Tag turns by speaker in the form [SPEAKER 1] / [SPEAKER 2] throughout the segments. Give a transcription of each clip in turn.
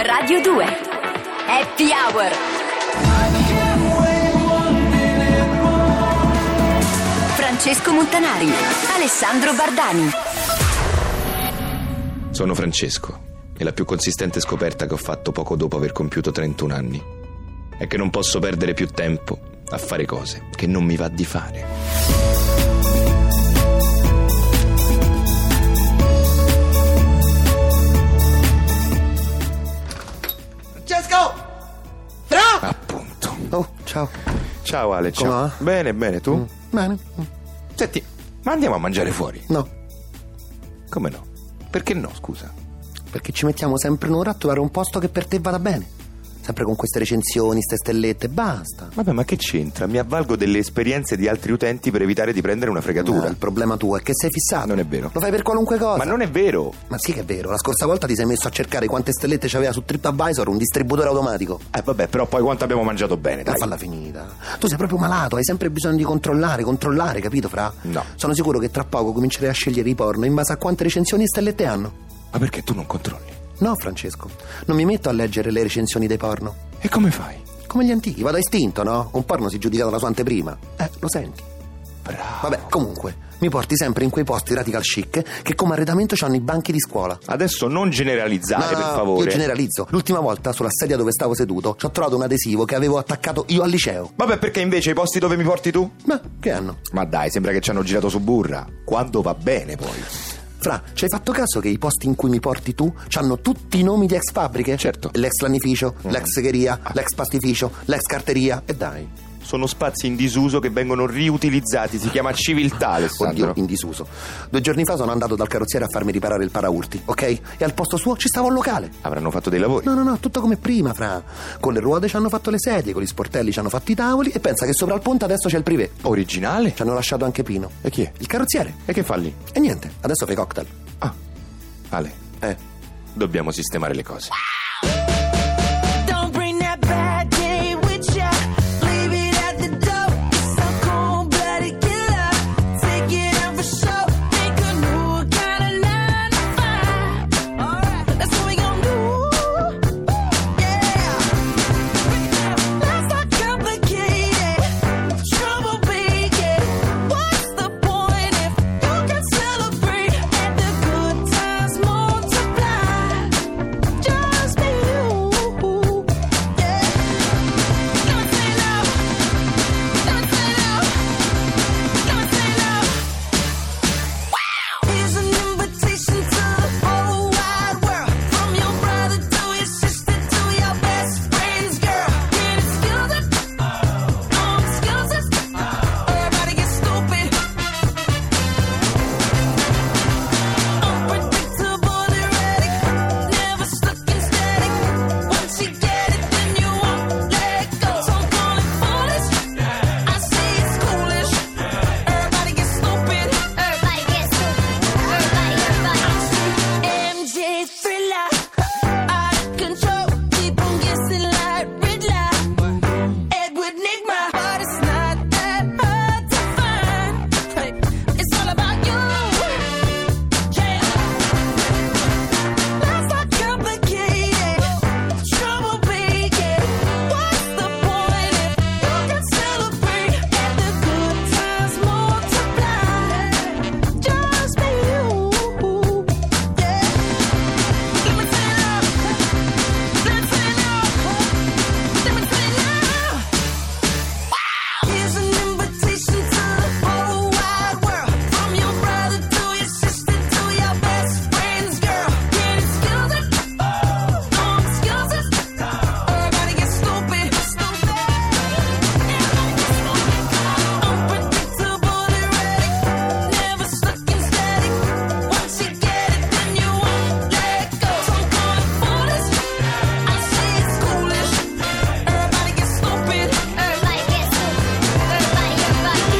[SPEAKER 1] Radio 2 Happy Hour Francesco Montanari Alessandro Bardani
[SPEAKER 2] Sono Francesco e la più consistente scoperta che ho fatto poco dopo aver compiuto 31 anni è che non posso perdere più tempo a fare cose che non mi va di fare.
[SPEAKER 3] Francesco! Fra!
[SPEAKER 2] Appunto.
[SPEAKER 4] Oh, ciao.
[SPEAKER 2] Ciao Ale,
[SPEAKER 4] Come
[SPEAKER 2] ciao.
[SPEAKER 4] va?
[SPEAKER 2] Bene, bene, tu?
[SPEAKER 4] Bene.
[SPEAKER 2] Senti, ma andiamo a mangiare fuori?
[SPEAKER 4] No,
[SPEAKER 2] Come no? Perché no, scusa?
[SPEAKER 4] perché ci mettiamo sempre un'ora a trovare un posto che per te vada bene. Sempre con queste recensioni, ste stellette, basta.
[SPEAKER 2] Vabbè, ma che c'entra? Mi avvalgo delle esperienze di altri utenti per evitare di prendere una
[SPEAKER 4] No,
[SPEAKER 2] fregatura.
[SPEAKER 4] Eh, il problema tuo è che sei fissato.
[SPEAKER 2] Non è vero.
[SPEAKER 4] Lo fai per qualunque cosa.
[SPEAKER 2] Ma non è vero!
[SPEAKER 4] Ma sì che è vero, la scorsa volta ti sei messo a cercare quante stellette c'aveva su TripAdvisor un distributore automatico.
[SPEAKER 2] Eh vabbè, però poi quanto abbiamo mangiato bene,
[SPEAKER 4] Ma
[SPEAKER 2] dai.
[SPEAKER 4] falla finita. Tu sei proprio malato, hai sempre bisogno di controllare, controllare, capito Fra?
[SPEAKER 2] No.
[SPEAKER 4] Sono sicuro che tra poco comincerai a scegliere i porno in base a quante recensioni e stellette hanno.
[SPEAKER 2] Ma perché tu non controlli?
[SPEAKER 4] No, Francesco, non mi metto a leggere le recensioni dei porno.
[SPEAKER 2] E come fai?
[SPEAKER 4] Come gli antichi, vado a istinto, no? Un porno si giudica dalla sua anteprima. Eh, lo senti.
[SPEAKER 2] Bravo.
[SPEAKER 4] Vabbè, comunque, mi porti sempre in quei posti radical chic che come arredamento hanno i banchi di scuola.
[SPEAKER 2] Adesso non generalizzare,
[SPEAKER 4] No,
[SPEAKER 2] Ah, per
[SPEAKER 4] no,
[SPEAKER 2] favore.
[SPEAKER 4] Io generalizzo. L'ultima volta sulla sedia dove stavo seduto ci ho trovato un adesivo che avevo attaccato io al liceo.
[SPEAKER 2] Vabbè, perché invece i posti dove mi porti tu?
[SPEAKER 4] Ma che hanno?
[SPEAKER 2] Ma dai, sembra che ci hanno girato su burra. Quando va bene, poi.
[SPEAKER 4] Fra, ci hai fatto caso che i posti in cui mi porti tu hanno tutti i nomi di ex fabbriche?
[SPEAKER 2] Certo. Ah.
[SPEAKER 4] L'ex lanificio, l'ex segheria, l'ex pastificio, l'ex carteria. E dai.
[SPEAKER 2] Sono spazi in disuso che vengono riutilizzati, si chiama civiltà, Alessandro.
[SPEAKER 4] Oddio, in disuso. Due giorni fa sono andato dal carrozziere a farmi riparare il paraurti, ok? E al posto suo ci stava un locale.
[SPEAKER 2] Avranno fatto dei lavori.
[SPEAKER 4] No, no, no, tutto come prima, fra. Con le ruote ci hanno fatto le sedie, con gli sportelli ci hanno fatto i tavoli e pensa che sopra al ponte adesso c'è il privé.
[SPEAKER 2] Originale?
[SPEAKER 4] Ci hanno lasciato anche Pino.
[SPEAKER 2] E chi è?
[SPEAKER 4] Il carrozziere.
[SPEAKER 2] E che fa lì?
[SPEAKER 4] E niente, adesso fai cocktail.
[SPEAKER 2] Ah, Ale,
[SPEAKER 4] Eh.
[SPEAKER 2] dobbiamo sistemare le cose.
[SPEAKER 3] Don't bring that bad day with ya. Leave it at the door. It's a cold-blooded killer. Take it out for show. Make a new kind of nine to five. Alright, that's what we gon' do. Yeah. Life's not complicated. Trouble being. What's the point if you can celebrate and the good times multiply? Just be you, yeah. Don't say no, don't say no, don't say no. Wow! Here's an invitation to the whole wide world, from your brother to your sister to your best friend's girl. Get excuses, no excuses. Everybody gets stupid. Unpredictable, erratic, never stuck in static. Once you get it, then you won't let go. Don't call it foolish. I say it's foolish. Everybody gets stupid. Everybody gets stupid. Everybody, everybody. MJ Thriller, out of control. Keep on guessing like Riddler. Edward Nigma, but it's not that hard to find. It's all about you. Just be you, yeah. Let me turn it up, let me turn it up, let me turn it up. Here's an invitation to the whole wide world. From your brother to your sister to your best friend's girl. Get excuses, no excuses. Everybody gets stupid, stupid. Unpredictable, erratic, never stuck in static. Once you get it, then you won't let go. Don't call it foolish. I say it's foolish. Everybody gets stupid. Everybody gets stupid. Everybody, everybody.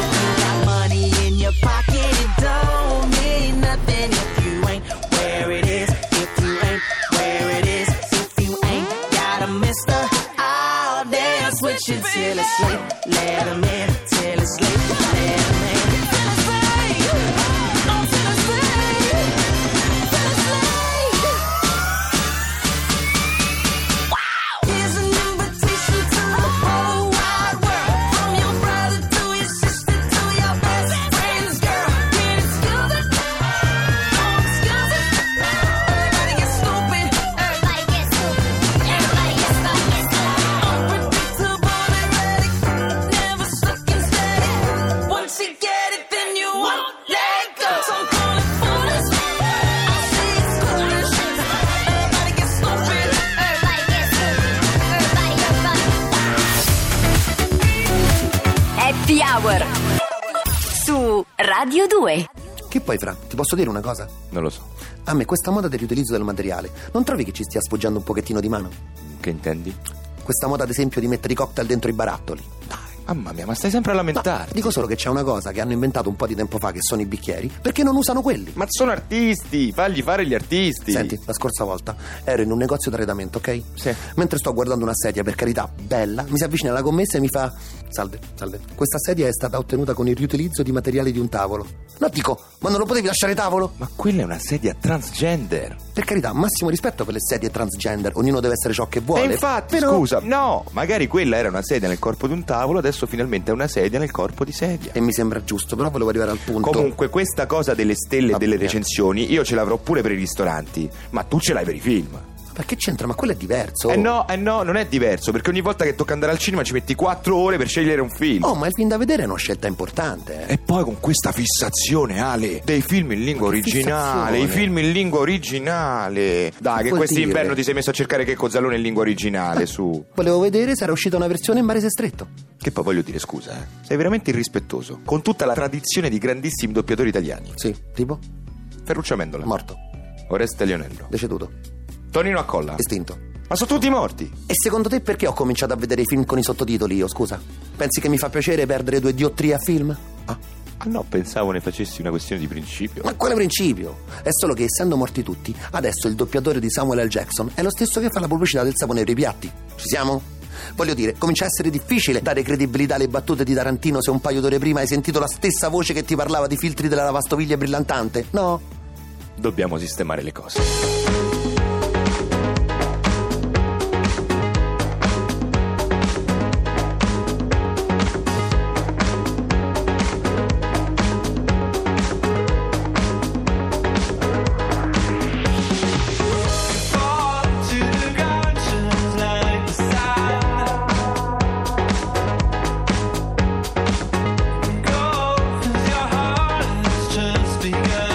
[SPEAKER 3] Got money in your pocket, it don't mean nothing if you ain't where it is. If you ain't where it is. If you ain't got a mister, I'll dance with you till it's late. Let 'em in till it's late. Let 'em in. I'm feeling free. Feeling free.
[SPEAKER 1] Radio 2.
[SPEAKER 4] Che poi, Fra, ti posso dire una cosa?
[SPEAKER 2] Non lo so.
[SPEAKER 4] A me questa moda del riutilizzo del materiale, non trovi che ci stia sfoggiando un pochettino di mano?
[SPEAKER 2] Che intendi?
[SPEAKER 4] Questa moda, ad esempio, di mettere i cocktail dentro i barattoli.
[SPEAKER 2] Dai, mamma mia, ma stai sempre a
[SPEAKER 4] No,
[SPEAKER 2] lamentarti.
[SPEAKER 4] dico solo che c'è una cosa che hanno inventato un po' di tempo fa, che sono i bicchieri, perché non usano quelli.
[SPEAKER 2] Ma sono artisti, fagli fare gli artisti.
[SPEAKER 4] Senti, la scorsa volta ero in un negozio d'arredamento, ok?
[SPEAKER 2] Sì.
[SPEAKER 4] Mentre sto guardando una sedia, per carità, bella, mi si avvicina la commessa e mi fa: Salve, salve. Questa sedia è stata ottenuta con il riutilizzo di materiali di un tavolo. No, dico, ma non lo potevi lasciare tavolo?
[SPEAKER 2] Ma quella è una sedia transgender.
[SPEAKER 4] Per carità, massimo rispetto per le sedie transgender, ognuno deve essere ciò che vuole.
[SPEAKER 2] E infatti,
[SPEAKER 4] però-
[SPEAKER 2] scusa, no, magari quella era una sedia nel corpo di un tavolo, adesso finalmente è una sedia nel corpo di sedia.
[SPEAKER 4] E mi sembra giusto, però volevo arrivare al punto.
[SPEAKER 2] Comunque, questa cosa delle stelle e
[SPEAKER 4] Vabbè,
[SPEAKER 2] delle
[SPEAKER 4] niente.
[SPEAKER 2] recensioni, io ce l'avrò pure per i ristoranti, ma tu ce l'hai per i film.
[SPEAKER 4] Ma che c'entra? Ma quello è diverso.
[SPEAKER 2] Eh no, eh no, non è diverso, perché ogni volta che tocca andare al cinema ci metti 4 ore per scegliere un film.
[SPEAKER 4] Oh, ma il film da vedere è una scelta importante. eh.
[SPEAKER 2] E poi con questa fissazione, Ale, dei film in lingua
[SPEAKER 4] Ma che
[SPEAKER 2] originale,
[SPEAKER 4] fissazione?
[SPEAKER 2] i film in lingua originale. Dai, che
[SPEAKER 4] vuol
[SPEAKER 2] quest'inverno
[SPEAKER 4] dire? Ah.
[SPEAKER 2] ti sei messo a cercare che cozzalone in lingua originale, su.
[SPEAKER 4] Volevo vedere se era uscita una versione in barese stretto.
[SPEAKER 2] Che poi voglio dire, scusa, eh, sei veramente irrispettoso, con tutta la tradizione di grandissimi doppiatori italiani.
[SPEAKER 4] Sì, tipo?
[SPEAKER 2] Ferruccio Amendola,
[SPEAKER 4] Morto,
[SPEAKER 2] Oreste Lionello,
[SPEAKER 4] deceduto,
[SPEAKER 2] Tonino Accolla.
[SPEAKER 4] estinto.
[SPEAKER 2] Ma sono tutti morti!
[SPEAKER 4] E secondo te perché ho cominciato a vedere i film con i sottotitoli io, scusa? Pensi che mi fa piacere perdere due diottrie a film?
[SPEAKER 2] Ah, ah no, pensavo ne facessi una questione di principio.
[SPEAKER 4] Ma quale principio? È solo che essendo morti tutti, adesso il doppiatore di Samuel L. Jackson è lo stesso che fa la pubblicità del sapone per i piatti. Ci siamo? Voglio dire, comincia a essere difficile dare credibilità alle battute di Tarantino se un paio d'ore prima hai sentito la stessa voce che ti parlava di filtri della lavastoviglie brillantante, no?
[SPEAKER 2] Dobbiamo sistemare le cose.
[SPEAKER 5] Just begun.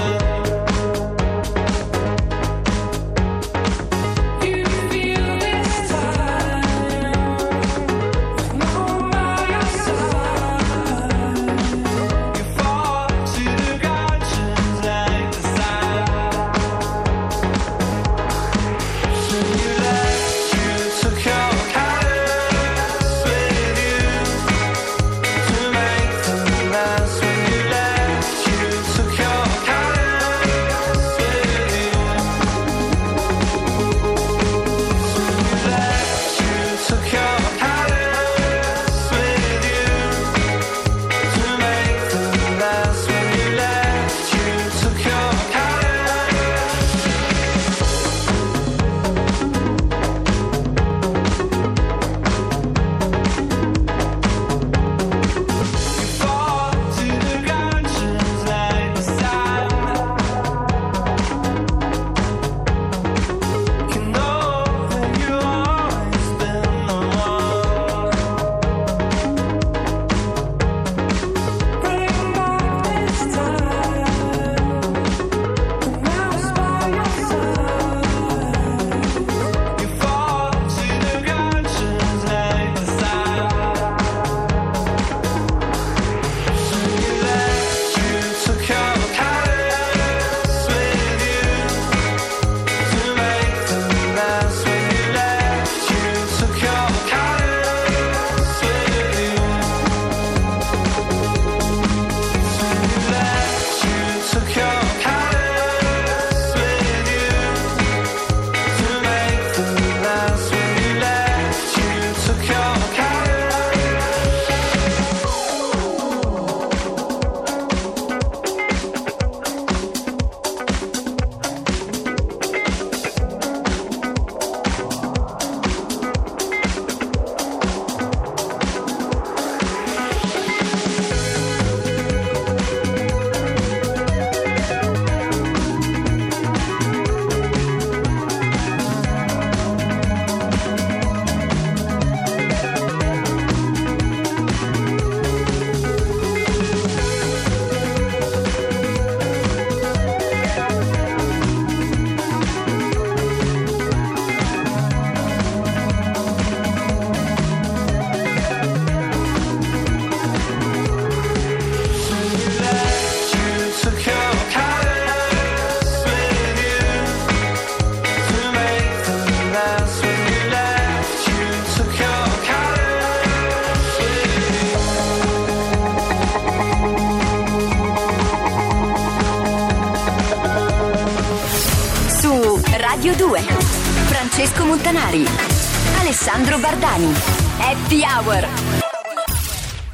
[SPEAKER 1] Radio 2. Francesco Montanari. Alessandro Bardani. Happy Hour.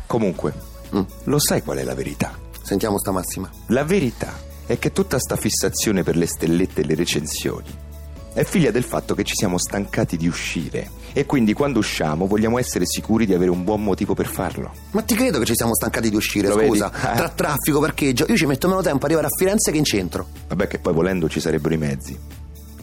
[SPEAKER 2] Comunque,
[SPEAKER 4] Mm.
[SPEAKER 2] lo sai qual è la verità?
[SPEAKER 4] Sentiamo sta massima.
[SPEAKER 2] La verità è che tutta sta fissazione per le stellette e le recensioni è figlia del fatto che ci siamo stancati di uscire e quindi quando usciamo vogliamo essere sicuri di avere un buon motivo per farlo.
[SPEAKER 4] Ma ti credo che ci siamo stancati di uscire,
[SPEAKER 2] Lo
[SPEAKER 4] scusa.
[SPEAKER 2] vedi? Eh.
[SPEAKER 4] Tra traffico, parcheggio, io ci metto meno tempo a arrivare a Firenze che in centro.
[SPEAKER 2] Vabbè che poi volendo ci sarebbero i mezzi.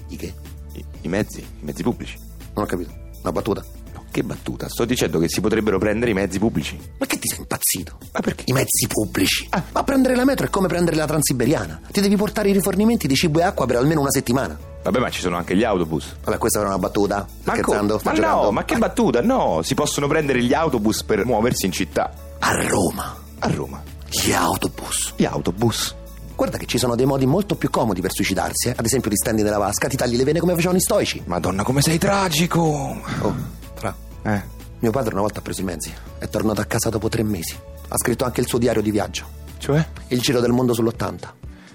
[SPEAKER 4] Di che?
[SPEAKER 2] I, i mezzi, i mezzi pubblici.
[SPEAKER 4] Non ho capito. Una battuta.
[SPEAKER 2] No, che battuta, sto dicendo che si potrebbero prendere i mezzi pubblici.
[SPEAKER 4] Ma che ti sei impazzito?
[SPEAKER 2] Ma perché? Ah.
[SPEAKER 4] I mezzi pubblici. Ma prendere la metro è come prendere la transiberiana. Ti devi portare i rifornimenti di cibo e acqua per almeno una settimana.
[SPEAKER 2] Vabbè ma ci sono anche gli autobus.
[SPEAKER 4] Vabbè, questa era una battuta.
[SPEAKER 2] Ma, co-
[SPEAKER 4] Scherzando, sta
[SPEAKER 2] ma
[SPEAKER 4] giocando. Ah,
[SPEAKER 2] no, ma che battuta, no, si possono prendere gli autobus per muoversi in città.
[SPEAKER 4] A Roma,
[SPEAKER 2] A Roma,
[SPEAKER 4] gli autobus.
[SPEAKER 2] gli autobus.
[SPEAKER 4] Guarda che ci sono dei modi molto più comodi per suicidarsi, eh. ad esempio ti stendi nella vasca, ti tagli le vene come facevano i stoici.
[SPEAKER 2] Madonna, come sei tragico!
[SPEAKER 4] Oh, fra.
[SPEAKER 2] Eh,
[SPEAKER 4] Mio padre una volta ha preso i mezzi, è tornato a casa dopo tre mesi. Ha scritto anche il suo diario di viaggio,
[SPEAKER 2] cioè?
[SPEAKER 4] il giro del mondo sull'80.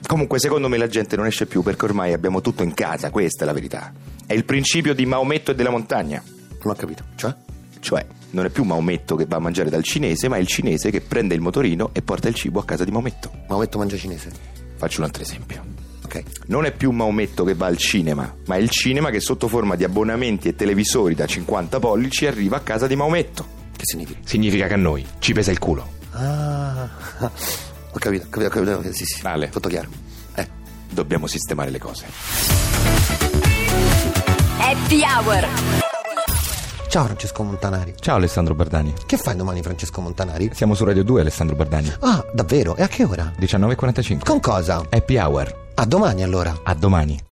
[SPEAKER 2] Comunque, secondo me la gente non esce più perché ormai abbiamo tutto in casa, questa è la verità. È il principio di Maometto e della montagna.
[SPEAKER 4] Non ho capito, cioè?
[SPEAKER 2] Cioè, non è più Maometto che va a mangiare dal cinese, ma è il cinese che prende il motorino e porta il cibo a casa di Maometto.
[SPEAKER 4] Maometto mangia cinese.
[SPEAKER 2] Faccio un altro esempio.
[SPEAKER 4] Ok.
[SPEAKER 2] Non è più Maometto che va al cinema, ma è il cinema che sotto forma di abbonamenti e televisori da 50 pollici arriva a casa di Maometto.
[SPEAKER 4] Che significa?
[SPEAKER 6] Significa che a noi ci pesa il culo.
[SPEAKER 4] Ah. Ho capito, ho capito, ho capito. ok, Sì, sì.
[SPEAKER 2] Ale.
[SPEAKER 4] Tutto chiaro. Eh.
[SPEAKER 2] Dobbiamo sistemare le cose.
[SPEAKER 1] Happy Hour.
[SPEAKER 4] Ciao Francesco Montanari.
[SPEAKER 7] Ciao Alessandro Bardani.
[SPEAKER 4] Che fai domani Francesco Montanari?
[SPEAKER 7] Siamo su Radio 2 Alessandro Bardani.
[SPEAKER 4] Ah, davvero? E a che ora?
[SPEAKER 7] 19.45.
[SPEAKER 4] Con cosa?
[SPEAKER 7] Happy Hour.
[SPEAKER 4] A domani allora.
[SPEAKER 7] A domani.